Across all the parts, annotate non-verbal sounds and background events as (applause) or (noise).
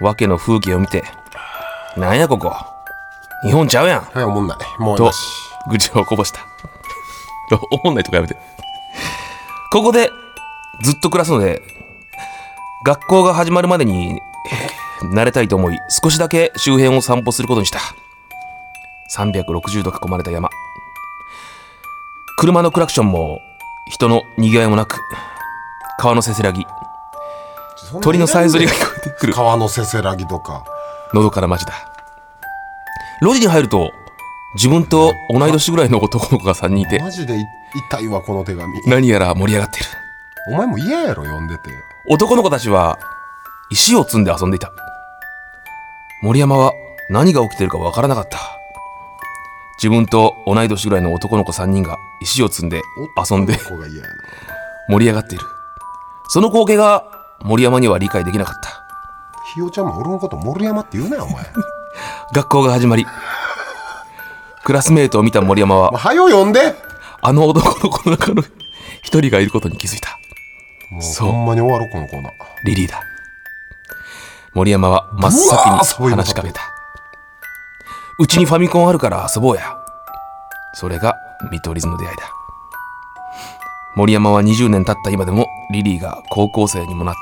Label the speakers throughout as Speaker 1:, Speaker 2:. Speaker 1: わけの風景を見て「なんやここ日本ちゃうやん
Speaker 2: はいおもんないも」う
Speaker 1: と
Speaker 2: よし
Speaker 1: 愚痴をこぼした (laughs) 思んないとかやめてここでずっと暮らすので学校が始まるまでに慣れたいと思い少しだけ周辺を散歩することにした360度囲まれた山車のクラクションも人のにぎわいもなく川のせせらぎ鳥のさえずりが聞こえてくる
Speaker 2: 川のせせらぎとか
Speaker 1: のどかな街だ路地に入ると自分と同い年ぐらいの男の子が3人いて
Speaker 2: マジでい痛いわこの手紙
Speaker 1: 何やら盛り上がっている
Speaker 2: お前も嫌やろ読んでて
Speaker 1: 男の子たちは石を積んで遊んでいた森山は何が起きているかわからなかった自分と同い年ぐらいの男の子3人が石を積んで遊んで
Speaker 2: 男の子が嫌やな
Speaker 1: 盛り上がっているその光景が森山には理解できなかった
Speaker 2: ひよちゃんマン俺のこと森山って言うなよお前 (laughs)
Speaker 1: 学校が始まりクラスメートを見た森山は
Speaker 2: まあはよ読んで
Speaker 1: あの男の子の中の一人がいることに気づいた。
Speaker 2: もう
Speaker 1: そう
Speaker 2: ほんまに終わろうこのコーナー
Speaker 1: リリーだ。森山は真っ先
Speaker 2: うわーそうい
Speaker 1: に
Speaker 2: うこと
Speaker 1: 話しかけた。うちにファミコンあるから遊ぼうや。それが見取り図の出会いだ。森山は20年経った今でもリリーが高校生にもなって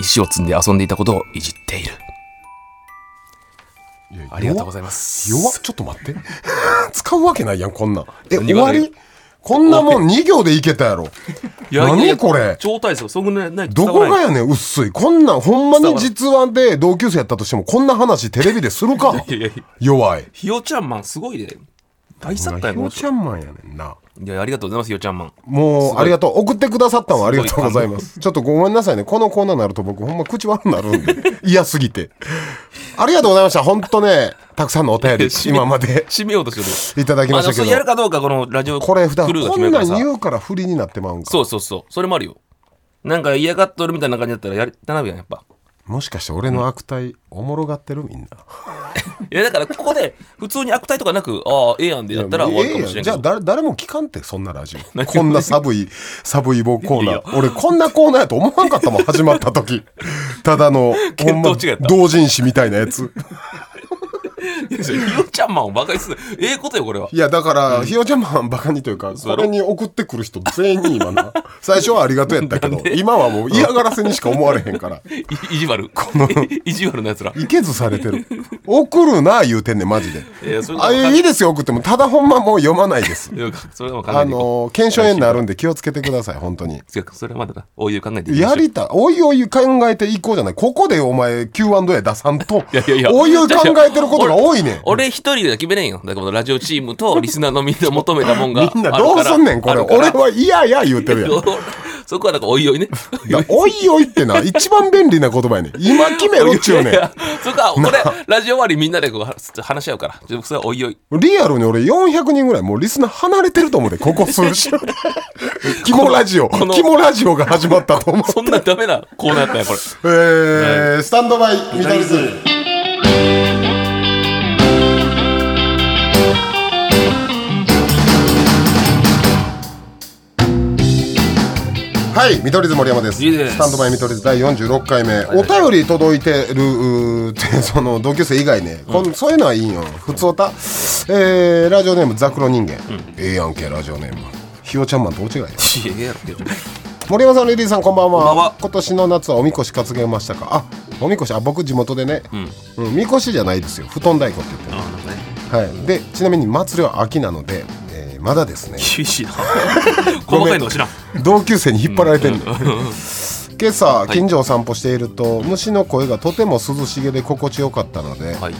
Speaker 1: 石を積んで遊んでいたことをいじっている。
Speaker 2: いや
Speaker 1: ありがとうございます。
Speaker 2: 弱っちょっと待って (laughs) 使うわけないやんこんなんえ
Speaker 1: 何
Speaker 2: 終
Speaker 1: が
Speaker 2: わりこんなもん2行でいけたやろ
Speaker 1: いやいやいや
Speaker 2: 何これ
Speaker 1: 超大層、そんぐらいない
Speaker 2: どこが
Speaker 1: い
Speaker 2: やねん薄いこんなんほんまに実話で同級生やったとしてもこんな話テレビでするか
Speaker 1: や (laughs) いやいや
Speaker 2: 弱い
Speaker 1: ひよちゃんマンすごいで。大
Speaker 2: ひ
Speaker 1: 作家やも
Speaker 2: よ
Speaker 1: ん。
Speaker 2: ちゃんマンやねんない
Speaker 1: や、ありがとうございます、ひよちゃんマン。
Speaker 2: もうありがとう送ってくださったのはありがとう
Speaker 1: すご
Speaker 2: ご
Speaker 1: い
Speaker 2: ざい
Speaker 1: (laughs)
Speaker 2: ますちょっとごめんなさいねこのコーナーになると僕ほんま口悪くなるんで (laughs) 嫌すぎてありがとうございました本当ねたくさんのお便り今まで (laughs)
Speaker 1: 締めようとして
Speaker 2: いただき
Speaker 1: る。
Speaker 2: ま
Speaker 1: あ
Speaker 2: した
Speaker 1: の
Speaker 2: け
Speaker 1: そ
Speaker 2: ど
Speaker 1: れやるかどうかこのラジオク
Speaker 2: こ
Speaker 1: ル
Speaker 2: れ普段
Speaker 1: ー
Speaker 2: こ
Speaker 1: が決め
Speaker 2: ん
Speaker 1: るか
Speaker 2: なん
Speaker 1: らさ
Speaker 2: 言うから不利になってまうんか
Speaker 1: そうそうそうそれもあるよなんか嫌がっとるみたいな感じだったらやりたなるやんやっぱ
Speaker 2: もしかして俺の悪態おもろがってるみんない
Speaker 1: やだからここで普通に悪態とかなくああええやんでやったら終わるかもしれん
Speaker 2: じ
Speaker 1: け
Speaker 2: ゃあ
Speaker 1: ど
Speaker 2: 誰誰も聞かんってそんなラジ
Speaker 1: (laughs)
Speaker 2: オこんな寒い寒い棒コーナー俺こんなコーナーやと思わんかったもん始
Speaker 1: (laughs)
Speaker 2: まった時ただのほん
Speaker 1: 見
Speaker 2: ま
Speaker 1: 当違いやった
Speaker 2: 同人誌みたいなやつ
Speaker 1: いやひよちゃんマンをバカにするええことよこれはい
Speaker 2: やだからひよちゃんマンバカにというかそれに送ってくる人全員に今な最初はありがとうやったけど今はもう嫌がらせにしか思われへんから
Speaker 1: い意地悪こ
Speaker 2: の
Speaker 1: (laughs) 意地悪なやつら
Speaker 2: いけずされてる送るな言うてんねんマジで
Speaker 1: いやそれ
Speaker 2: あいいですよ送ってもただほんまもう読まないです
Speaker 1: いやそれは考
Speaker 2: あ
Speaker 1: えていこ
Speaker 2: の検証炎になるんで気をつけてください本当に
Speaker 1: う違うそれはまだなおいおい考えていきましょ
Speaker 2: や
Speaker 1: う
Speaker 2: りたいおいおい考えていこうじゃないここでお前 Q&A 出さんと
Speaker 1: いやいやいや
Speaker 2: おいおい考えてることが多いねん
Speaker 1: 俺一人では決めれんよ。だからこのラジオチー
Speaker 2: (laughs)
Speaker 1: ムとリスナーのみんな求めたもんがあるか
Speaker 2: みんな
Speaker 1: ら。
Speaker 2: どうすんねん、これ。
Speaker 1: あるから
Speaker 2: 俺は嫌や言うてるや
Speaker 1: (laughs)
Speaker 2: ん。
Speaker 1: そこはなんかおいおいね。
Speaker 2: だおいおいってな、一番便利な言葉やねん。今決めろっちゅうね
Speaker 1: (laughs) いやそこはこれラジオ終わりみんなでこう話し合うから。ちょっとそれはおいおい。
Speaker 2: ん。リアルに俺400人ぐらいもうリスナー離れてると思うで、ここ数週。キモラジオ、
Speaker 1: の
Speaker 2: キモラジオが始まったと思う。
Speaker 1: そんなダメなコーナーやったんやこれ。
Speaker 2: えー、スタンドバイ、見取り図。はい、見取り図森山です。
Speaker 1: いいです
Speaker 2: スタンドバイ見取り図第46回目、お便り届いてるうーって (laughs) その同級生以外ね、こん、そういうのはいいんよ。普通おた、えー、ラジオネームザクロ人間、ええやんけラジオネーム。ひよちゃんマンと大違いや。
Speaker 1: いややろけど
Speaker 2: 森山さん、レディーさん、こんばんは。
Speaker 1: こんばんは
Speaker 2: 今年の夏はおみこし担げましたか。あ、おみこし、あ、僕地元でね。うん、みこしじゃないですよ。布団太鼓って言ってる。はい。で、ちなみに祭りは秋なので、えーまだですね。
Speaker 1: 厳しい (laughs) な。細かいのは知らん。
Speaker 2: 同級生に引っ張られてる、 (laughs) 今朝近所を散歩していると、虫の声がとても涼しげで心地よかったので、
Speaker 1: はい。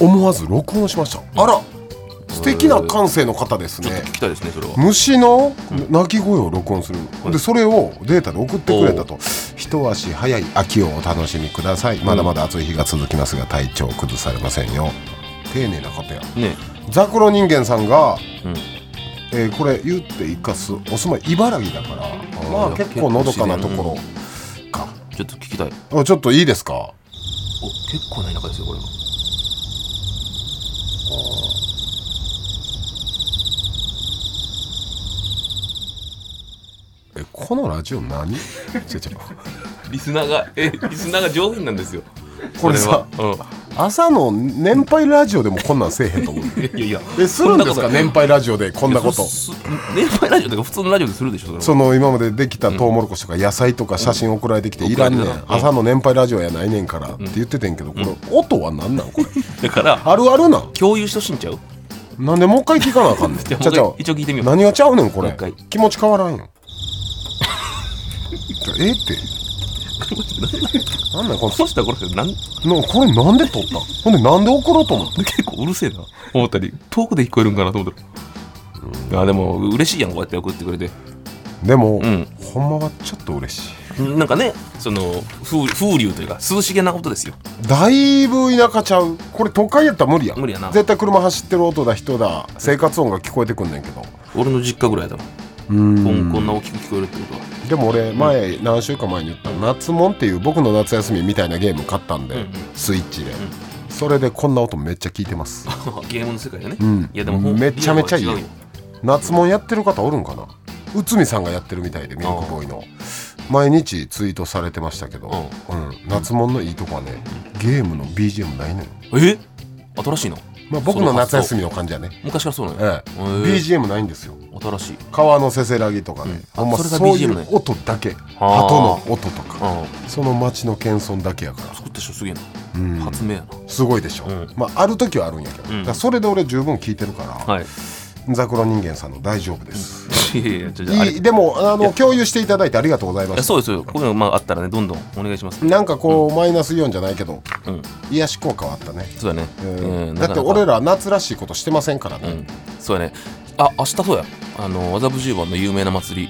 Speaker 2: 思わず録音しました。あら、素敵な感性の方です
Speaker 1: ちょっと
Speaker 2: ね
Speaker 1: 聞。きたいですねそれは。
Speaker 2: 虫の鳴き声を録音するの、
Speaker 1: い
Speaker 2: でそれをデータで送ってくれたと一足早い秋をお楽しみくださいまだまだ暑い日が続きますが体調崩されませんよ丁寧な方や
Speaker 1: ね。
Speaker 2: ザクロ人間さんが、
Speaker 1: うん
Speaker 2: えーこれ言っていかすお住まい茨城だからまあ
Speaker 1: いや
Speaker 2: 結構のどかなところか、
Speaker 1: ちょっと聞きたい。
Speaker 2: あちょっといいですか
Speaker 1: お結構な田舎ですよこれは。
Speaker 2: えこのラジオ
Speaker 1: (laughs)
Speaker 2: 何違う違
Speaker 1: リスナーがえリスナーが上品なんですよ。
Speaker 2: うこれさ
Speaker 1: それは。
Speaker 2: 朝の年配ラジオでもこんなんせえへんと思う
Speaker 1: (laughs) うん。いやいや。
Speaker 2: えするんです
Speaker 1: そ
Speaker 2: か
Speaker 1: んなこと
Speaker 2: 年配ラジオでこんなこ
Speaker 1: そ
Speaker 2: と
Speaker 1: そ年配ラジオとか普通のラジオでするでしょそれは
Speaker 2: その今までできたトウモロコシとか野菜とか写真送られてきて、いらんねん、
Speaker 1: 送られてな
Speaker 2: 朝の年配ラジオやないねんからって言っててんけど、これ音は何なんこれ
Speaker 1: だから
Speaker 2: あるあるなん
Speaker 1: 共有してほしいんちゃう。 (laughs)
Speaker 2: なんでもう一回聞かなあかんねん
Speaker 1: じゃあ
Speaker 2: ちゃちゃ
Speaker 1: もう一回一応聞いてみよう
Speaker 2: 何がちゃうねんこれ
Speaker 1: もう一回
Speaker 2: 気持ち変わらん
Speaker 1: (laughs)
Speaker 2: よじゃあええってなんなんこ
Speaker 1: そうしたらこれなん
Speaker 2: れなこれなんで撮ったんほんでなんで怒ろうと思っ
Speaker 1: 結構うるせえな思ったり遠くで聞こえるんかなと思ったらあでも嬉しいやんこうやって送ってくれて
Speaker 2: てでも、
Speaker 1: ん
Speaker 2: ほんまはちょっと嬉しい
Speaker 1: なんかねその風風流というか涼しげなことですよ
Speaker 2: だいぶ田舎ちゃうこれ都会やったら無理やん
Speaker 1: 無理やな
Speaker 2: 絶対車走ってる音だ人だ生活音が聞こえてくんねんけど
Speaker 1: 俺の実家ぐらいだもん
Speaker 2: うん
Speaker 1: こんこんな大きく聞こえるってことは
Speaker 2: でも俺前、何週間前に言った「夏もん」っていう僕の夏休みみたいなゲーム買ったんで、
Speaker 1: うんうん
Speaker 2: スイッチで、それでこんな音めっちゃ聞いて
Speaker 1: (laughs)
Speaker 2: ます
Speaker 1: ゲームの世界でね、
Speaker 2: ん
Speaker 1: いやでもほん
Speaker 2: めちゃめちゃいい
Speaker 1: リア
Speaker 2: よ
Speaker 1: ルは違う
Speaker 2: 夏もんやってる方おるんかな内海さんがやってるみたいでミルクボーイの毎日ツイートされてましたけど、うん、夏もんのいいとこはねゲームの BGM ないのよ、
Speaker 1: え新しいの
Speaker 2: まあ、僕の夏休
Speaker 1: み
Speaker 2: みの感じやね、
Speaker 1: 昔からそうなのよ、
Speaker 2: ええ、BGM ないんですよ
Speaker 1: 新しい
Speaker 2: 川のせせらぎとかね、
Speaker 1: うんあ
Speaker 2: ほんま
Speaker 1: それが
Speaker 2: そうい
Speaker 1: BGM ね
Speaker 2: う音だけ
Speaker 1: あー
Speaker 2: 鳩の音とか
Speaker 1: あ
Speaker 2: その街の謙遜だけやから
Speaker 1: 作った人すげえな、発明や
Speaker 2: すごいでしょ、
Speaker 1: ん
Speaker 2: まあ、ある時はあるんやけど、だからそれで俺十分聞いてるから、
Speaker 1: なはい
Speaker 2: ザクロ人間さんの大丈夫です、
Speaker 1: (laughs) いやいやちょちょあれ
Speaker 2: いいでもあの共有していただいてありがとうございま
Speaker 1: いや
Speaker 2: す
Speaker 1: そうですよこういうのまああったらねどんどんお願いします
Speaker 2: なんかこう、マイナスイオンじゃないけど
Speaker 1: うん
Speaker 2: 癒し効果はあったね、
Speaker 1: そうだね、
Speaker 2: うん
Speaker 1: うん
Speaker 2: だって俺ら夏らしいことしてませんからね、
Speaker 1: うん、そうやねあ明日そうやあの麻布十番の有名な祭り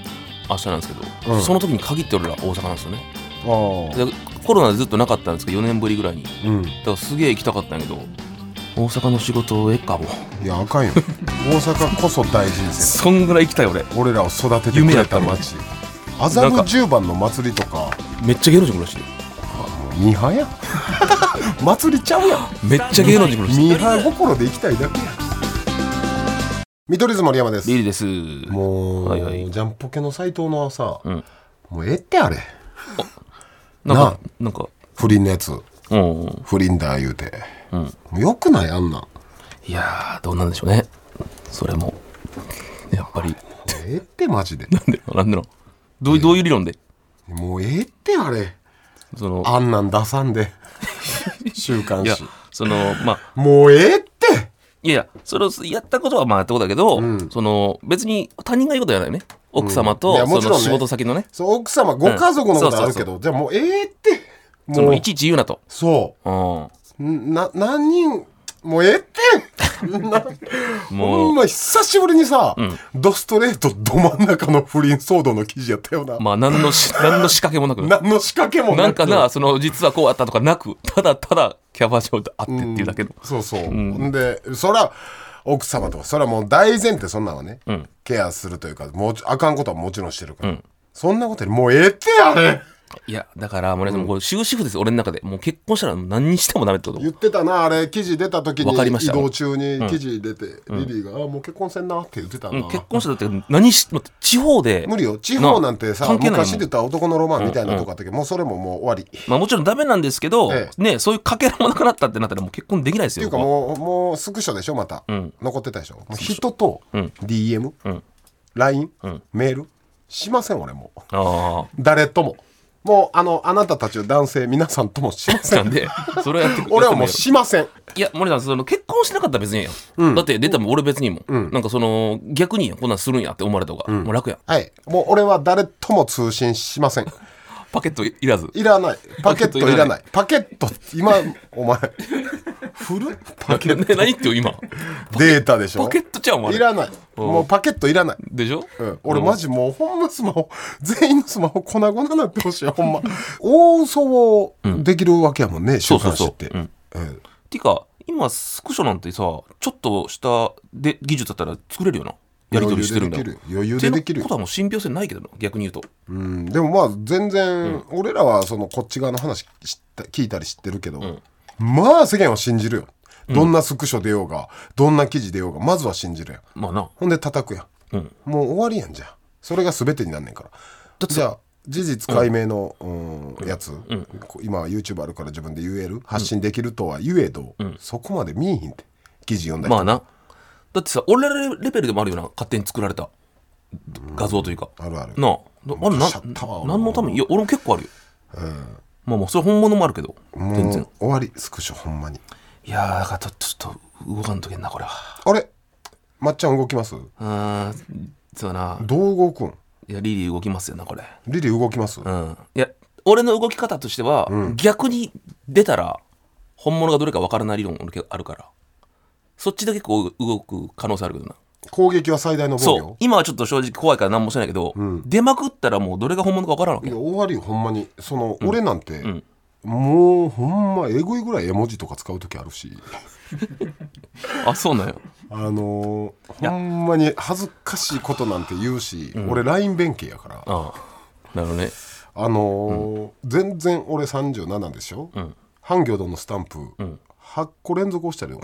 Speaker 1: 明日なんですけど、
Speaker 2: うん
Speaker 1: その時に限って俺ら大阪なんですよね
Speaker 2: あー
Speaker 1: でコロナでずっとなかったんですけど4年ぶりぐらいにだか
Speaker 2: うん
Speaker 1: らすげえ行きたかったんやけど大阪の仕事ええかもう
Speaker 2: いやあかんよ大阪こそ大人生
Speaker 1: そんぐらい行きたい俺
Speaker 2: 俺らを育ててくれた街麻布十番の祭りとか
Speaker 1: めっちゃ芸能人来るらしい
Speaker 2: ミハ
Speaker 1: (laughs)
Speaker 2: や祭りちゃうやん
Speaker 1: めっちゃ芸能人来るらしい
Speaker 2: ミハ心で行きたいだけや見取り図森山です
Speaker 1: リリーです
Speaker 2: もう、
Speaker 1: はいはい
Speaker 2: ジャンポケの斎藤のはさ、
Speaker 1: ん
Speaker 2: もうええってあれ
Speaker 1: なん
Speaker 2: なあ
Speaker 1: かなんか
Speaker 2: 不倫のやつ
Speaker 1: うん
Speaker 2: 不倫だ言うて、
Speaker 1: うん
Speaker 2: もうよくないあんなんも
Speaker 1: いやーどうなんでしょうねそれもやっぱり
Speaker 2: うええってマジで
Speaker 1: なんでなんでのどういどういう理論で
Speaker 2: もうええってあれ
Speaker 1: その
Speaker 2: あんなん出さん
Speaker 1: (laughs)
Speaker 2: で週刊
Speaker 1: いや
Speaker 2: 誌
Speaker 1: そのまあ
Speaker 2: もうええって
Speaker 1: いやいや、それをやったことはまあってことだけど、その別に他人が言うことじゃないよね。奥様
Speaker 2: うんい
Speaker 1: と、
Speaker 2: やもち
Speaker 1: そ
Speaker 2: ろん
Speaker 1: の
Speaker 2: ね
Speaker 1: 仕事先のね、
Speaker 2: そう奥様ご家族のことあるけど、じゃあもうええって
Speaker 1: その
Speaker 2: もう
Speaker 1: いちいち言うなと。
Speaker 2: そ
Speaker 1: うん。
Speaker 2: うな何人もうええ
Speaker 1: (laughs)
Speaker 2: ってんな
Speaker 1: もう
Speaker 2: ほんま久しぶりにさ、ドストレートど真ん中の不倫騒動の記事やったよな、
Speaker 1: まあ、何
Speaker 2: (laughs)
Speaker 1: のし、何の仕掛けもなく。
Speaker 2: 何の仕掛けも
Speaker 1: な
Speaker 2: なんく
Speaker 1: かな、その、実はこうあったとかなく、ただただ、キャバ嬢で会ってっていうだけの。
Speaker 2: そうそう、ん、でそら奥様とかそらもう大前提そんなんはね、ケアするというかもうあかんことはもちろんしてるから、そんなことよりもうええってやね
Speaker 1: いや、だから、森さん、もうこれ終止符です、俺の中で。もう結婚したら何にしてもダメってこと。
Speaker 2: 言ってたなあれ記事出た時に
Speaker 1: わかりまし
Speaker 2: 移
Speaker 1: た
Speaker 2: 動中に記事出て、リリーが「あもう結婚せんな」って言ってたな、
Speaker 1: うん結婚したらだって何し、待って地方で。
Speaker 2: 無理よ地方なんてさ
Speaker 1: 関係ないもん
Speaker 2: 昔で言ったら男のロマンみたいなとこあったけど、もうそれももう終わりっ
Speaker 1: まあもちろんダメなんですけど、
Speaker 2: え
Speaker 1: ね、そういうかけらもなくなったってなったらもう結婚できないです
Speaker 2: てい
Speaker 1: よ。
Speaker 2: うか
Speaker 1: 僕
Speaker 2: も
Speaker 1: は
Speaker 2: うもうスクショでしょまた、
Speaker 1: ん
Speaker 2: 残ってたでしょもう人と
Speaker 1: ん
Speaker 2: DM、
Speaker 1: ん
Speaker 2: LINE、メールしません俺もう
Speaker 1: あ
Speaker 2: 誰とももうあのあなたたち男性皆さんともしま
Speaker 1: (laughs) あ。
Speaker 2: せ
Speaker 1: なんんで、それはやってく
Speaker 2: 俺はも
Speaker 1: や
Speaker 2: う
Speaker 1: っても
Speaker 2: しません
Speaker 1: いや、森さん、その結婚しなかったら別にええやん。だって出たもん俺別にも、なんかその、逆にやんこんなんするんやって思われた方が、もう楽やん。
Speaker 2: はいもう俺は誰とも通信しません
Speaker 1: パケットいらず。
Speaker 2: いらないパケットいらないパケット今お
Speaker 1: (laughs)
Speaker 2: 前古パケッ
Speaker 1: ね、 (laughs) 何言ってよ、今。
Speaker 2: トデータでしょ
Speaker 1: パケットちゃうん、あれ
Speaker 2: いらないもうパケットいらない
Speaker 1: でしょ、
Speaker 2: うん、俺マジもうほんまスマホ全員のスマホ粉々になってほ
Speaker 1: (laughs)
Speaker 2: しいほんま大嘘をできるわけやもんね、週刊誌って
Speaker 1: そうそう
Speaker 2: うん
Speaker 1: ていうか、今、スクショなんてさ、ちょっとしたで技術だったら作れるよな。やり取りしてるんだ
Speaker 2: 余裕でできる余裕でできる
Speaker 1: ってことはもう信憑性ないけどな、逆に言うと。
Speaker 2: うんでもまあ全然俺らはそのこっち側の話知った聞いたり知ってるけど、まあ世間は信じるよどんなスクショ出ようがどんな記事出ようがまずは信じるやん
Speaker 1: まあな。
Speaker 2: ほんで叩くやん、
Speaker 1: うん
Speaker 2: もう終わりやんじゃんそれが全てになんねんからじゃあ事実解明の、うんやつ、こ今は YouTube あるから自分で言える発信できるとは言えど、そこまで見えひんって記事読んだり
Speaker 1: まあな。だってさ、俺らレベルでもあるよな、勝手に作られた画像というか。
Speaker 2: あるある
Speaker 1: なあ、なあれ
Speaker 2: 出
Speaker 1: な
Speaker 2: しちゃったわ、
Speaker 1: 何のために、いや、俺も結構あるよ。まあまあ、それ本物もあるけど、全
Speaker 2: もう
Speaker 1: 然
Speaker 2: 終。わりスクショほんまに
Speaker 1: いやー、だからちょちょっと動かんとけんな、これは。
Speaker 2: あれまっちゃん動きます
Speaker 1: うーん、そうだな。
Speaker 2: どう動くん
Speaker 1: いや、リリー動きますよな、これ。
Speaker 2: リリー動きます、
Speaker 1: うん。いや、俺の動き方としては、逆に出たら、本物がどれか分からない理論俺あるから。そっちだけこう動く可能性あるけどな。
Speaker 2: 攻撃は最大の防御
Speaker 1: そう。今はちょっと正直怖いから何もしてないけど、出まくったらもうどれが本物か分からんわけ
Speaker 2: いや
Speaker 1: よ。
Speaker 2: 終わりよほんまにその、俺なんて、もうほんまえぐいぐらい絵文字とか使う時あるし
Speaker 1: あ、そうなんや。
Speaker 2: あのー、ほんまに恥ずかしいことなんて言うし、俺 LINE 弁慶やから
Speaker 1: ああ。なるほどね。
Speaker 2: あのー全然俺37でしょ、半魚丼のスタンプ、8個連続押したりよ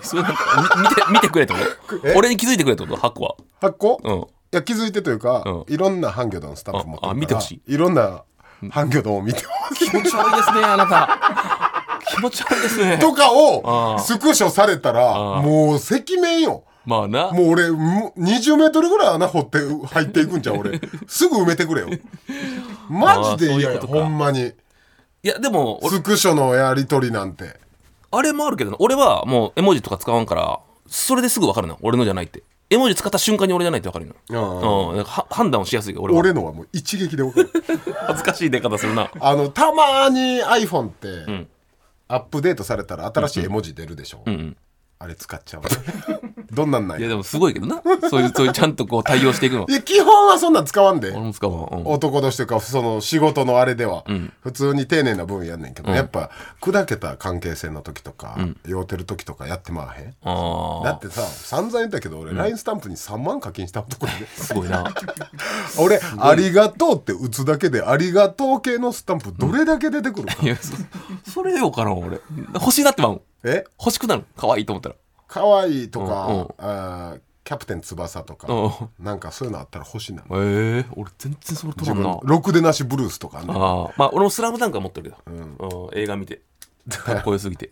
Speaker 1: それなんかみ見 (laughs) て、見てくれってこと俺に気づいてくれってこと箱は。
Speaker 2: 8個、
Speaker 1: うん
Speaker 2: いや気づいてというか、
Speaker 1: うん
Speaker 2: いろんな半魚丼のスタンプ持ってるか
Speaker 1: あ
Speaker 2: ら
Speaker 1: あ見てほし
Speaker 2: いろんな半魚丼を見てほしい
Speaker 1: 気持ち悪いですね、あなた。気持ち悪いですね。
Speaker 2: とか
Speaker 1: あ
Speaker 2: を
Speaker 1: あ
Speaker 2: スクショされたらもう赤面よ
Speaker 1: まあな。
Speaker 2: もう俺む20メートルぐらい穴掘って入っていくんじゃん
Speaker 1: (laughs)
Speaker 2: 俺すぐ埋めてくれよマジで嫌
Speaker 1: ああそういう
Speaker 2: や
Speaker 1: ことか
Speaker 2: ほんまに
Speaker 1: いや、でも、俺
Speaker 2: スクショのやり取りなんて
Speaker 1: あれもあるけどな、俺はもう絵文字とか使わんから、それですぐ分かるな、俺のじゃないって。絵文字使った瞬間に俺じゃないって分かる
Speaker 2: あ
Speaker 1: の。うん、なんかは判断をしやすいよ俺は。
Speaker 2: 俺のはもう一撃で分かる
Speaker 1: 恥ずかしい出方するな。
Speaker 2: あのたまに iPhone って、アップデートされたら新しい絵文字出るでしょ、あれ使っちゃう (laughs) どんなんないん
Speaker 1: や、
Speaker 2: や
Speaker 1: でもすごいけどな。そういう、そういうちゃんとこう対応していくの
Speaker 2: い。や基本はそんなん使わんで
Speaker 1: 俺も使うわ。うん
Speaker 2: 男同士というかその仕事のあれでは普通に丁寧な分やんねんけど、やっぱ砕けた関係性の時とか、酔うてる時とかやってまわへん
Speaker 1: あ
Speaker 2: だってさ散々言ったけど俺 LINE スタンプに3万課金した男
Speaker 1: (laughs)
Speaker 2: で、ね、
Speaker 1: あ、すごいな。
Speaker 2: 俺「ありがとう」って打つだけで「ありがとう」系のスタンプどれだけ出てくるか、
Speaker 1: いや、そ、それよかな、俺。欲しいなってまう。
Speaker 2: え
Speaker 1: 欲しくなる。可愛いと思ったら。
Speaker 2: 可愛いとか、
Speaker 1: うんうん
Speaker 2: あーキャプテン翼とか、
Speaker 1: う
Speaker 2: なんかそういうのあったら欲しいな、
Speaker 1: ええ俺全然それ取らんな。
Speaker 2: ろくでなしブルースとかね
Speaker 1: ああ、まあ俺もスラムダンクは持ってるけど。うん。映画見て。かっこよすぎて。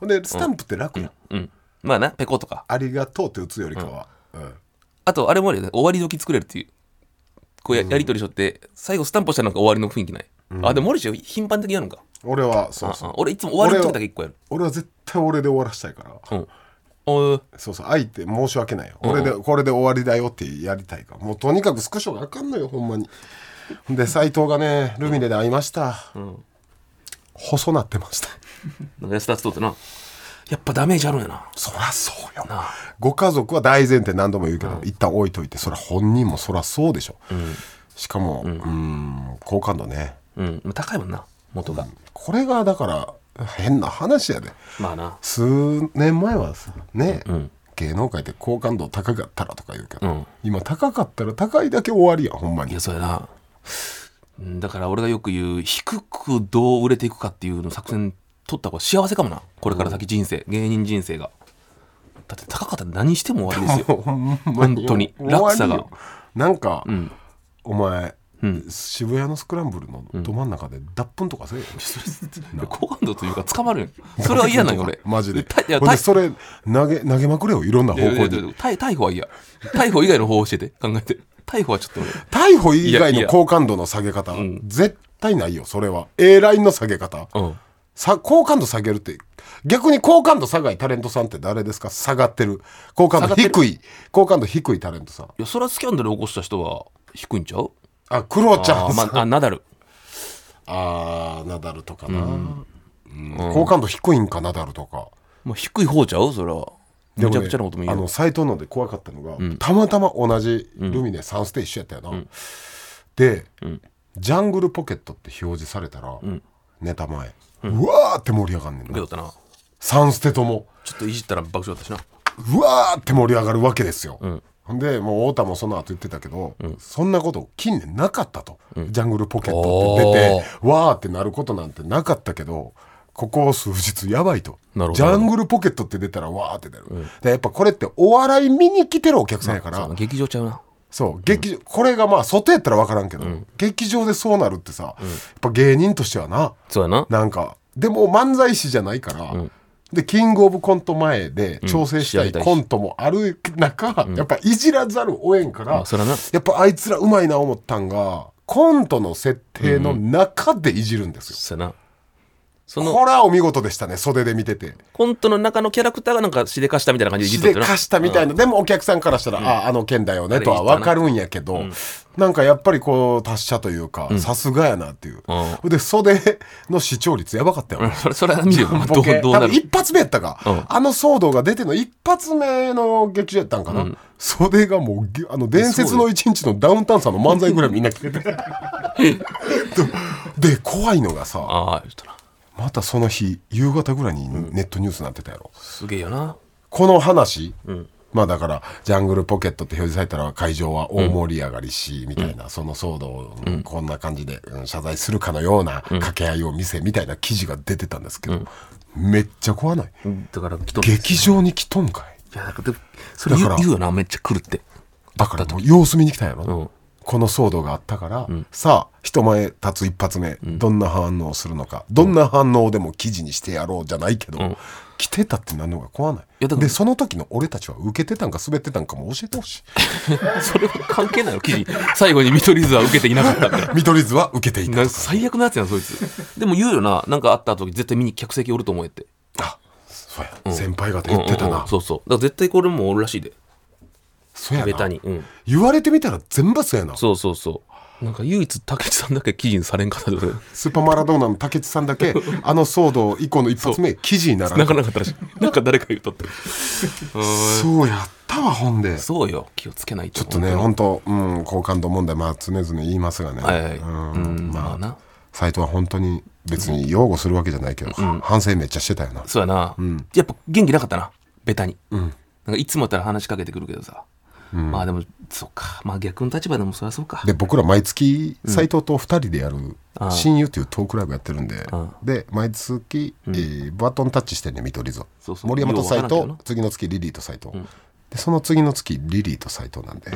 Speaker 2: ほんでスタンプって楽やん、
Speaker 1: うん。まあな、ペコとか。
Speaker 2: ありがとうって打つよりかは、うん
Speaker 1: あと、あれもあるよね。終わり時作れるっていう。こうややりとりしとって、最後スタンプ押したらなんか終わりの雰囲気ない。あ、でも森氏は頻繁的にやるのか。
Speaker 2: 俺はそうそう
Speaker 1: あ俺いつも終わりの時だけ一個やる。
Speaker 2: 俺は絶対俺で終わらしたいから、
Speaker 1: うん。おー
Speaker 2: そうそう相手申し訳ないよ、俺でこれで終わりだよってやりたいからもうとにかくスクショがあかんのよほんまにで斎藤がねルミネで会いました、細なってました
Speaker 1: なんか安田つとってな。やっぱダメージあるんやな
Speaker 2: そらそうよ
Speaker 1: あ
Speaker 2: ご家族は大前提何度も言うけど、一旦置いといてそら本人もそらそうでしょ、しかもうんん好感度ね
Speaker 1: うん高いもんな元が、
Speaker 2: これがだから変な話やで
Speaker 1: まあな
Speaker 2: 数年前はさね、芸能界って好感度高かったらとか言うけど、
Speaker 1: うん
Speaker 2: 今高かったら高いだけ終わりやんほんま
Speaker 1: い
Speaker 2: に
Speaker 1: やそうやなうんだから俺がよく言う低くどう売れていくかっていうの作戦取った方が幸せかもなこれから先人生、芸人人生がだって高かったら何しても終わりですよ本当に
Speaker 2: (laughs) 終わりよ
Speaker 1: 落差が
Speaker 2: なんか、お前、
Speaker 1: ん
Speaker 2: 渋谷のスクランブルのど真ん中で脱粉とかせえよ、
Speaker 1: 好感度というか捕まるやんそれは嫌なんよ俺
Speaker 2: (laughs) マジで
Speaker 1: たいや
Speaker 2: ほん
Speaker 1: た
Speaker 2: で
Speaker 1: い
Speaker 2: それ投げ投げまくれよいろんない方
Speaker 1: やいや
Speaker 2: 向
Speaker 1: いや
Speaker 2: に
Speaker 1: 逮逮捕は嫌逮捕以外の方法教えて考えて逮捕はちょっと俺
Speaker 2: 逮捕以外
Speaker 1: いやい
Speaker 2: の
Speaker 1: や
Speaker 2: 好感度の下げ方絶対ないよそれは A ラインの下げ方、
Speaker 1: うん
Speaker 2: さ好感度下げるって逆に好感度下がいタレントさんって誰ですか下がってる好感度
Speaker 1: 下がって
Speaker 2: 低い好感度低いタレントさん
Speaker 1: いやそれはスキャンダル起こした人は低いんちゃう
Speaker 2: あクロちゃん
Speaker 1: あー、
Speaker 2: さ
Speaker 1: ま
Speaker 2: ん、
Speaker 1: あ、あナダル
Speaker 2: あーナダルとかな、うん好感度低いんかナダルとか
Speaker 1: まあ、低い方ちゃうそれはめちゃくちゃなことも言
Speaker 2: あ
Speaker 1: うよ
Speaker 2: の斎藤ので怖かったのが、たまたま同じルミネ3ステ一緒やったよな、で、ジャングルポケット」って表示されたら、ネタ前、うわーって盛り上がんねん
Speaker 1: けど
Speaker 2: な
Speaker 1: ったな
Speaker 2: 3ステとも
Speaker 1: ちょっといじったら爆笑だったしな
Speaker 2: うわーって盛り上がるわけですよ、ほんでもう太田もその後言ってたけど、そんなこと近年なかったと、ジャングルポケットって出てわーってなることなんてなかったけどここ数日やばいと
Speaker 1: なるほど
Speaker 2: ジャングルポケットって出たらわーって出る、でやっぱこれってお笑い見に来てるお客さんやから、
Speaker 1: 劇場ちゃうな
Speaker 2: そう劇場、これがまあ外やったら分からんけど、劇場でそうなるってさ、やっぱ芸人としてはな
Speaker 1: そうやな
Speaker 2: なんかでも漫才師じゃないから、でキングオブコント前で調整した
Speaker 1: やり
Speaker 2: い
Speaker 1: たいし
Speaker 2: コントもある中、やっぱいじらざるをえんから、
Speaker 1: あそらな
Speaker 2: やっぱあいつらうまいな思ったんがコントの設定の中でいじるんですよ。
Speaker 1: そうやなその
Speaker 2: これはお見事でしたね袖で見てて
Speaker 1: コントの中のキャラクターがなんかしでかしたみたいな感じでいじ
Speaker 2: し
Speaker 1: っとっ
Speaker 2: で
Speaker 1: てな
Speaker 2: かしたみたいな、でもお客さんからしたら、あああの件だよねとは分かるんやけど、なんかやっぱりこう達者というかさすがやなっていう、で袖の視聴率やばかったよ、
Speaker 1: うん (laughs) それそれは見るよど
Speaker 2: ボケ
Speaker 1: うどうな
Speaker 2: 多
Speaker 1: る
Speaker 2: 分一発目やったか、
Speaker 1: うん
Speaker 2: あの騒動が出ての一発目の劇場やったんかな、袖がもうぎあの伝説の一日のダウンタウンさんの漫才ぐらいみんな来てて
Speaker 1: (laughs)
Speaker 2: でで怖いのがさ
Speaker 1: ああ言ったな
Speaker 2: またその日夕方ぐらいにネットニュースになってたやろ、
Speaker 1: すげえよな
Speaker 2: この話、まあだから「ジャングルポケット」って表示されたら会場は大盛り上がりし、みたいなその騒動を、こんな感じで、うん謝罪するかのような掛け合いを見せみたいな記事が出てたんですけど、めっちゃ怖ない
Speaker 1: だからきっとい
Speaker 2: 劇場に来とんかい
Speaker 1: やだからでもそれ言う
Speaker 2: だから
Speaker 1: 言うよなめっちゃ来るって
Speaker 2: だからもう様子見に来たんやろ、
Speaker 1: うん
Speaker 2: この騒動があったから、さあ人前立つ一発目、どんな反応をするのかどんな反応でも記事にしてやろうじゃないけど、来てたってなるのが怖ない
Speaker 1: やだから
Speaker 2: でその時の俺たちは受けてたんか滑ってたんかも教えてほ
Speaker 1: (laughs)
Speaker 2: しい
Speaker 1: (laughs) それは関係ないよ記事最後に見取り図は受けて (laughs) いなかったから
Speaker 2: 見取り図は受けていた
Speaker 1: なんか最悪のやつやんそいつでも言うよななんかあった時絶対見に客席おると思えって
Speaker 2: あそうや、先輩方言ってたな、
Speaker 1: うんうんうんそうそうだから絶対これもおるらしいで
Speaker 2: そうや
Speaker 1: ベ
Speaker 2: な
Speaker 1: タにうん
Speaker 2: 言われてみたら全部そうやな
Speaker 1: そうそうそうなんか唯一竹内さんだけ記事にされんかったとか
Speaker 2: スーパーマラドーナの竹内さんだ
Speaker 1: (laughs)
Speaker 2: けあの騒動以降の一発目記事にならな
Speaker 1: な
Speaker 2: か
Speaker 1: かなかったらしい (laughs) なんか誰か言うとって
Speaker 2: そうやったわほんで
Speaker 1: そうよ気をつけないと
Speaker 2: ちょっとね、本当、うん、好感度問題、まあ、常々言いますがね、
Speaker 1: はいはい
Speaker 2: うん
Speaker 1: まあ
Speaker 2: まあ、
Speaker 1: な
Speaker 2: 斎藤は本当に別に擁護するわけじゃないけど、反省めっちゃしてたよな。
Speaker 1: そうやな、やっぱ元気なかったなベタに、なんかいつもやったら話しかけてくるけどさ、まあでもそっかまあ逆の立場でもそりゃそうか
Speaker 2: で、僕ら毎月、斎藤と2人でやる、親友っていうトークライブやってるんで
Speaker 1: ん、
Speaker 2: で、毎月、えーバトンタッチしてんね、見取り図
Speaker 1: そう。そう
Speaker 2: 森山と斎
Speaker 1: ようわからん
Speaker 2: 藤
Speaker 1: けどな、
Speaker 2: 次の月、リリーと斎藤。で、その次の月、リリーと斎藤なんで、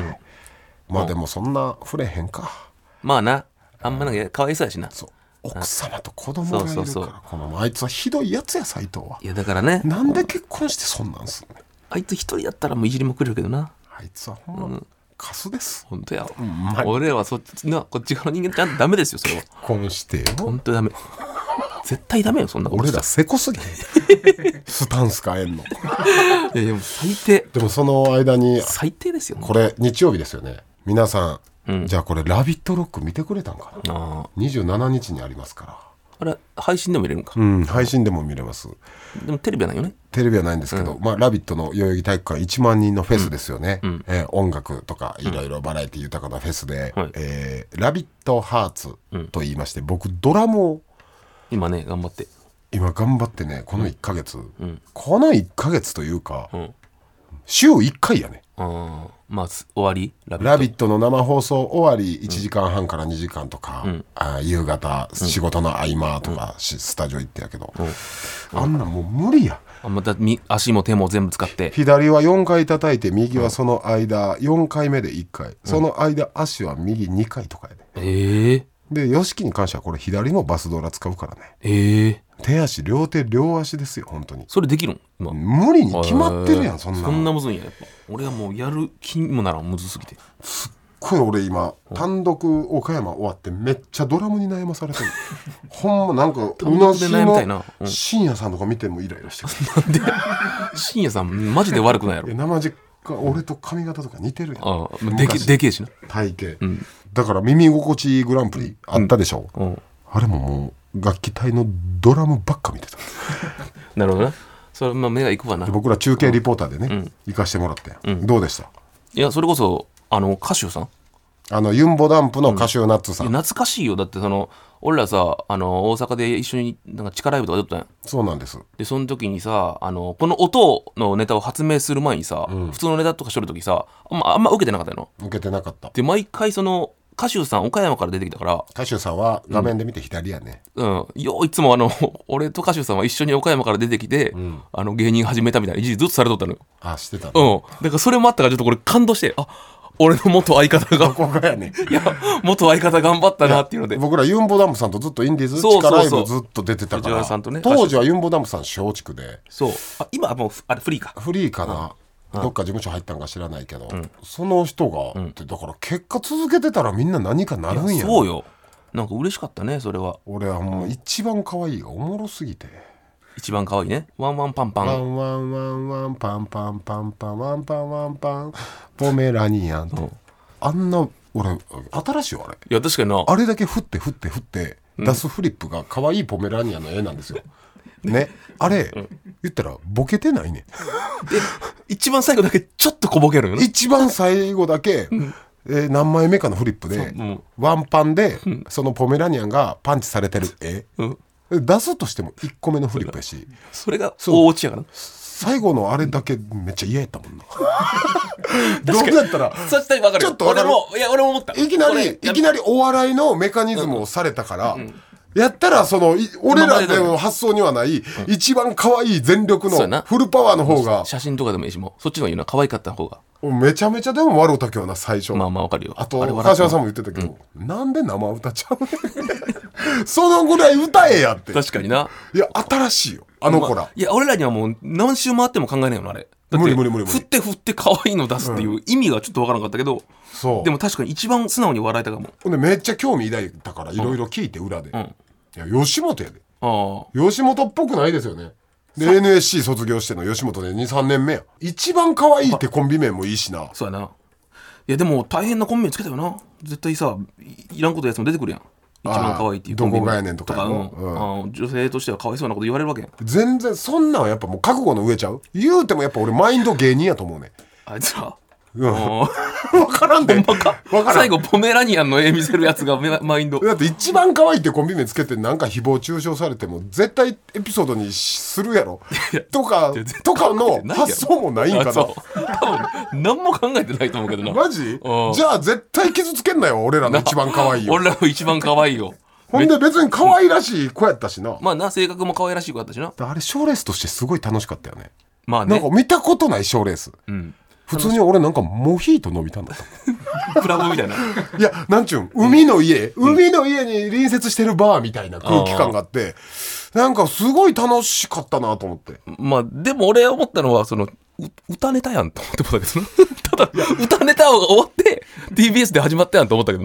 Speaker 2: まあでもそんな触れへんか。
Speaker 1: まあなあんまなんかかわいそうやしな
Speaker 2: そう奥様と子供がいる
Speaker 1: そ
Speaker 2: か
Speaker 1: うそうそう
Speaker 2: ら、このあいつはひどいやつや、斎藤は。
Speaker 1: いやだからね
Speaker 2: なんで結婚してそんなんすんねん
Speaker 1: あいつ一人やったらもういじりもくれるけどな
Speaker 2: あいつはほんまカスです
Speaker 1: 本当や、
Speaker 2: まい
Speaker 1: 俺はそっちなこっち側の人間じゃダメですよそれは
Speaker 2: 結婚してよ
Speaker 1: 本当ダメ絶対ダメよそんなこと
Speaker 2: 俺
Speaker 1: した
Speaker 2: らせこすぎへんスタンス変えんの
Speaker 1: いやいやもう最低
Speaker 2: でもその間に
Speaker 1: 最低ですよ
Speaker 2: これ日曜日ですよね皆さん、じゃあこれ「ラビットロック!」見てくれたんかな
Speaker 1: あ
Speaker 2: 27日にありますから
Speaker 1: あれ配信でも見れるんか、
Speaker 2: うん、配信でも見れます。
Speaker 1: でもテレビはないよね
Speaker 2: テレビはないんですけど、まあ、ラビットの代々木体育館1万人のフェスですよね。えー音楽とか、いろいろバラエティ豊かなフェスで、
Speaker 1: はい
Speaker 2: えーラビットハーツと言いまして、僕、ドラムを
Speaker 1: 今ね頑張って
Speaker 2: 今頑張ってね、この1ヶ月、この1ヶ月というか、
Speaker 1: ん
Speaker 2: 週1回やね。
Speaker 1: あーまあす終わりラビッ
Speaker 2: ラビットの生放送終わり1時間半から2時間とか、あー夕方仕事の合間とかし、スタジオ行ってやけど、あんなんもう無理や。
Speaker 1: トあまたみ足も手も全部使って
Speaker 2: 左は4回叩いて右はその間4回目で1回その間足は右2回とかや
Speaker 1: えー、
Speaker 2: でで YOSHIKI に関してはこれ左のバスドラ使うからね
Speaker 1: えー、
Speaker 2: 手足両手両足ですよ本当に
Speaker 1: それできるん今
Speaker 2: 無理に決まってるやんそんな
Speaker 1: そん
Speaker 2: の
Speaker 1: なむずいんややっぱ俺はもうやる気にもならんむずすぎて (laughs)
Speaker 2: これ俺今単独岡山終わってめっちゃドラムに悩まされ
Speaker 1: (laughs)
Speaker 2: てるほんまなんかう
Speaker 1: 独
Speaker 2: な
Speaker 1: で
Speaker 2: じ
Speaker 1: 悩みたいな
Speaker 2: の
Speaker 1: うん
Speaker 2: 深夜さんとか見てもイライラしてくる
Speaker 1: なんで深夜さんマジで悪くないやろ (laughs)
Speaker 2: いや生実家俺と髪型とか似てるやん
Speaker 1: ああまあでけ
Speaker 2: 昔
Speaker 1: でけえしな
Speaker 2: 体型、だから耳心地いいグランプリあったでしょ、
Speaker 1: うん
Speaker 2: あれももう楽器隊のドラムばっか見てた
Speaker 1: なるほどなそれまあ目がいくわな
Speaker 2: で僕ら中継リポーターでね、行かしてもらって、どうでした
Speaker 1: いやそれこそあの歌手さん
Speaker 2: あのユンボダンプのカシューナッツさ
Speaker 1: い
Speaker 2: ん、
Speaker 1: や懐かしいよだってその俺らさあの大阪で一緒になんか地下ライブとか出とったんや
Speaker 2: そうなんです
Speaker 1: でその時にさあのこの音のネタを発明する前にさ、普通のネタとかしとる時さあんまあんま受けてなかったの
Speaker 2: 受けてなかった
Speaker 1: で毎回その歌手さん岡山から出てきたから
Speaker 2: カシューさんは画面で見て左やね、
Speaker 1: うん、よういつもあの (laughs) 俺と歌手さんは一緒に岡山から出てきて、あの芸人始めたみたいな一時ずっとされとったのよ、
Speaker 2: あしてたの、
Speaker 1: うん、だからそれもあったからちょっとこれ感動してあ俺の元相方が
Speaker 2: ここがやね
Speaker 1: (laughs) いや元相方頑張ったなっていうので
Speaker 2: 僕らユンボダンプさんとずっとインディーズ
Speaker 1: そう
Speaker 2: 地
Speaker 1: そ
Speaker 2: 下
Speaker 1: うそう
Speaker 2: ライブずっと出てたか
Speaker 1: 藤原
Speaker 2: ら
Speaker 1: さんとね
Speaker 2: 当時はユンボダンプさん松竹で
Speaker 1: そうあ今はもうあれフリーか
Speaker 2: フリーかな、どっか事務所入ったんか知らないけど、その人が、ってだから結果続けてたらみんな何かなるんや
Speaker 1: そうよなんか嬉しかったねそれは
Speaker 2: 俺はもう一番可愛いがおもろすぎて。
Speaker 1: 一番可愛いねワンワンパンパ
Speaker 2: ワ
Speaker 1: ン
Speaker 2: ンワンワンワンパンパンパンパンワンパンワンパンポメラニアンとあんな俺新しいよあれ
Speaker 1: いや確かにな
Speaker 2: あれだけ振って振って振って出すフリップが可愛いポメラニアンの絵なんですよ。ねあれ言ったらボケてないね
Speaker 1: 一番最後だけちょっと小ボケるよね
Speaker 2: 一番最後だけ、えー何枚目かのフリップで、
Speaker 1: ん
Speaker 2: ワンパンで、そのポメラニアンがパンチされてる絵、出すとしても1個目のフリップやし。
Speaker 1: それが大落ちやから
Speaker 2: 最後のあれだけめっちゃ嫌やったもん
Speaker 1: (laughs)
Speaker 2: な。どうやったら、
Speaker 1: そしたら分かる
Speaker 2: ち
Speaker 1: よ
Speaker 2: ょっと分かる
Speaker 1: 俺もいや俺も思った
Speaker 2: いきなり、いきなりお笑いのメカニズムをされたから、やったら、その、い俺らでの発想にはない、一番可愛い全力
Speaker 1: そうやな
Speaker 2: のフルパワーの方が、
Speaker 1: 写真とかでもいいしもうそっちの方がいいな可愛かった方が
Speaker 2: めちゃめちゃでも笑うたけどな、最初。
Speaker 1: まあまあわかるよ
Speaker 2: あ
Speaker 1: あ
Speaker 2: と、
Speaker 1: れ
Speaker 2: 川
Speaker 1: 笑った
Speaker 2: 島さんも言ってたけど、なんで生歌ちゃうねん (laughs) そのぐらい歌えやって。
Speaker 1: 確かにない
Speaker 2: や、新しいよ、あの子ら。
Speaker 1: いや俺らにはもう何周回っても考えないよなあれだって
Speaker 2: 無理無理無理無理
Speaker 1: 振って振って可愛いの出すっていう意味がちょっと分からなかったけど
Speaker 2: そう。
Speaker 1: でも確かに一番素直に笑えたかも
Speaker 2: ほんでめっちゃ興味抱いたからいろいろ聞いて裏で、いや吉本やで
Speaker 1: ああ
Speaker 2: 吉本っぽくないですよねで NSC 卒業しての吉本で23年目や一番可愛いってコンビ名もいいしな
Speaker 1: そうやな。いやでも大変なコンビ名つけたよな。絶対さ、いいらんことやつも出てくるやん。一番可愛いっていうコン
Speaker 2: ど
Speaker 1: ビ名
Speaker 2: こがやねんとかや
Speaker 1: う
Speaker 2: ろ
Speaker 1: んあー女性としてはかわいそうなこと言われるわけやん。
Speaker 2: 全然そんなんはやっぱもう覚悟の上ちゃう言うてもやっぱ俺マインド芸人やと思う
Speaker 1: (laughs)
Speaker 2: ね
Speaker 1: あいつら。
Speaker 2: うん (laughs)
Speaker 1: あー
Speaker 2: 分からんで、ね、分からん
Speaker 1: 最後ポメラニアンの絵見せるやつがめマイ
Speaker 2: (laughs)
Speaker 1: ンド。
Speaker 2: だって一番可愛いってコンビ名つけてなんか誹謗中傷されても絶対エピソードにしするやろとか
Speaker 1: いや絶対
Speaker 2: とかの
Speaker 1: ないやろ
Speaker 2: 発想もないんか
Speaker 1: あそ
Speaker 2: な
Speaker 1: う多分何も考えてないと思うけど
Speaker 2: (laughs)
Speaker 1: な。
Speaker 2: マジ
Speaker 1: うん
Speaker 2: じゃあ絶対傷つけんなよ俺らの一番可愛いよ
Speaker 1: 俺らの一番可愛いよ。
Speaker 2: ほんで別に可愛らしい子やったしな。
Speaker 1: まあな、性格も可愛らしい子だったしな。
Speaker 2: あれ賞レースとしてすごい楽しかったよね。
Speaker 1: まあ
Speaker 2: なん
Speaker 1: ね
Speaker 2: か、見たことない賞レース。
Speaker 1: うん、
Speaker 2: 普通に俺なんかモヒート飲みたんだと思
Speaker 1: クラブみたいな。
Speaker 2: う。いや、なんちゅうん、海の家、海の家に隣接してるバーみたいな空気感があって、なんかすごい楽しかったなと思
Speaker 1: (laughs)
Speaker 2: って。
Speaker 1: まあ、でも俺思ったのは、その、う歌ネタやんと思ってもだけどな。 (laughs) ただ、歌ネタが終わって、TBS で始まったやんと思ったけど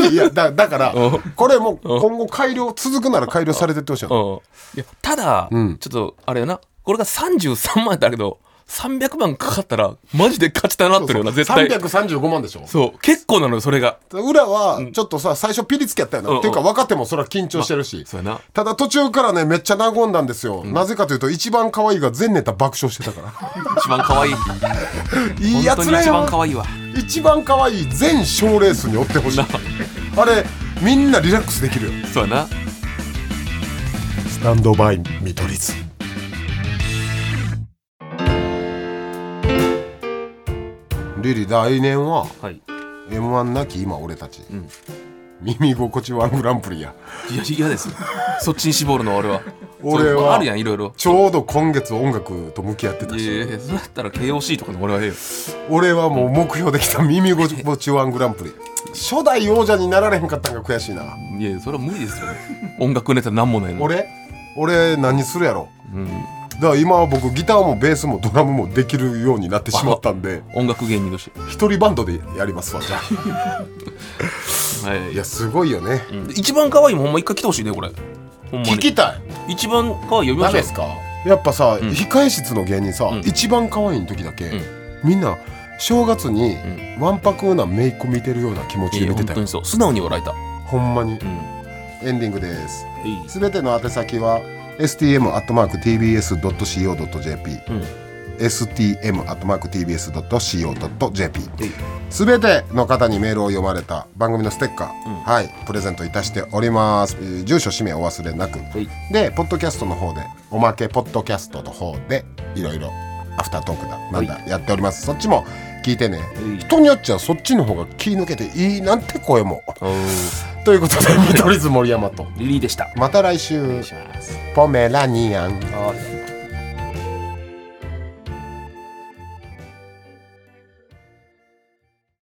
Speaker 1: な。
Speaker 2: いや、だだから
Speaker 1: うん、
Speaker 2: これもう今後改良、続くなら改良されてってほしいな
Speaker 1: うん。いや、ただ、
Speaker 2: うん
Speaker 1: ちょっと、あれやな、これが33万やったけど、 300万かかったらマジで勝ちたなってるよな絶対
Speaker 2: 335万でしょ
Speaker 1: そう結構なのよそれが
Speaker 2: 裏はちょっとさ、最初ピリつけやったよな、
Speaker 1: うんうん
Speaker 2: っていうか分かってもそれは緊張してるし、
Speaker 1: そうやな
Speaker 2: ただ途中からねめっちゃ和んだんですよ、なぜかというと一番可愛いが全ネタ爆笑してた
Speaker 1: (laughs)
Speaker 2: から
Speaker 1: 一番可愛い
Speaker 2: いいや
Speaker 1: 本当
Speaker 2: つ
Speaker 1: に
Speaker 2: ら
Speaker 1: 一番
Speaker 2: よ
Speaker 1: 可愛いわ
Speaker 2: 一番可愛い全賞レースに追ってほしいあれみんなリラックスできるよ
Speaker 1: そうやな
Speaker 2: スタンドバイ見取り図リリ来年は
Speaker 1: はい
Speaker 2: m 1なき今俺たち、耳心地ワングランプリや
Speaker 1: いや嫌ですよそっちに絞るの俺は
Speaker 2: 俺は
Speaker 1: そうあるやんいろいろ
Speaker 2: ちょうど今月音楽と向き合ってた
Speaker 1: い
Speaker 2: し、
Speaker 1: やいやいやそれだったら KOC とかの俺はええよ
Speaker 2: 俺はもう目標できた耳心地ワングランプリ初代王者になられへんかったんが悔しいない
Speaker 1: やいやそれは無理ですよ (laughs) 音楽ネタなんもないの
Speaker 2: 俺俺何するやろ、だから今は僕ギターもベースもドラムもできるようになってしまったんで
Speaker 1: 音楽芸人として
Speaker 2: 一人バンドでやりますわじ
Speaker 1: (laughs)
Speaker 2: ゃあ
Speaker 1: はい
Speaker 2: いやすごいよね、
Speaker 1: 一番可愛いもんほんま一回来てほしいねこれほんま
Speaker 2: 聞
Speaker 1: に
Speaker 2: きたい
Speaker 1: 一番可愛い呼びましょう
Speaker 2: かやっぱさ、控え室の芸人さ、一番可愛い時だけ、みんな正月にわんぱくなメイク見てるような気持ち
Speaker 1: いや
Speaker 2: で見てた
Speaker 1: 本当
Speaker 2: よ
Speaker 1: にそう素直に笑えた
Speaker 2: ほんまに、
Speaker 1: うん
Speaker 2: エンディングです
Speaker 1: いい
Speaker 2: すべての宛先は stm.tbs.co.jp、
Speaker 1: ん
Speaker 2: stm.tbs.co.jp すべての方にメールを読まれた番組のステッカー、はいプレゼントいたしておりますえー住所氏名お忘れなく、
Speaker 1: い
Speaker 2: でポッドキャストの方でおまけポッドキャストの方でいろいろアフタートークだなんだやっておりますそっちも聞いてね
Speaker 1: い
Speaker 2: 人によっちゃそっちの方が気抜けていいなんて声も
Speaker 1: おー
Speaker 2: ということで見取り図森山と
Speaker 1: リリーでした
Speaker 2: また来週
Speaker 1: します
Speaker 2: ポメラニアン。
Speaker 1: はい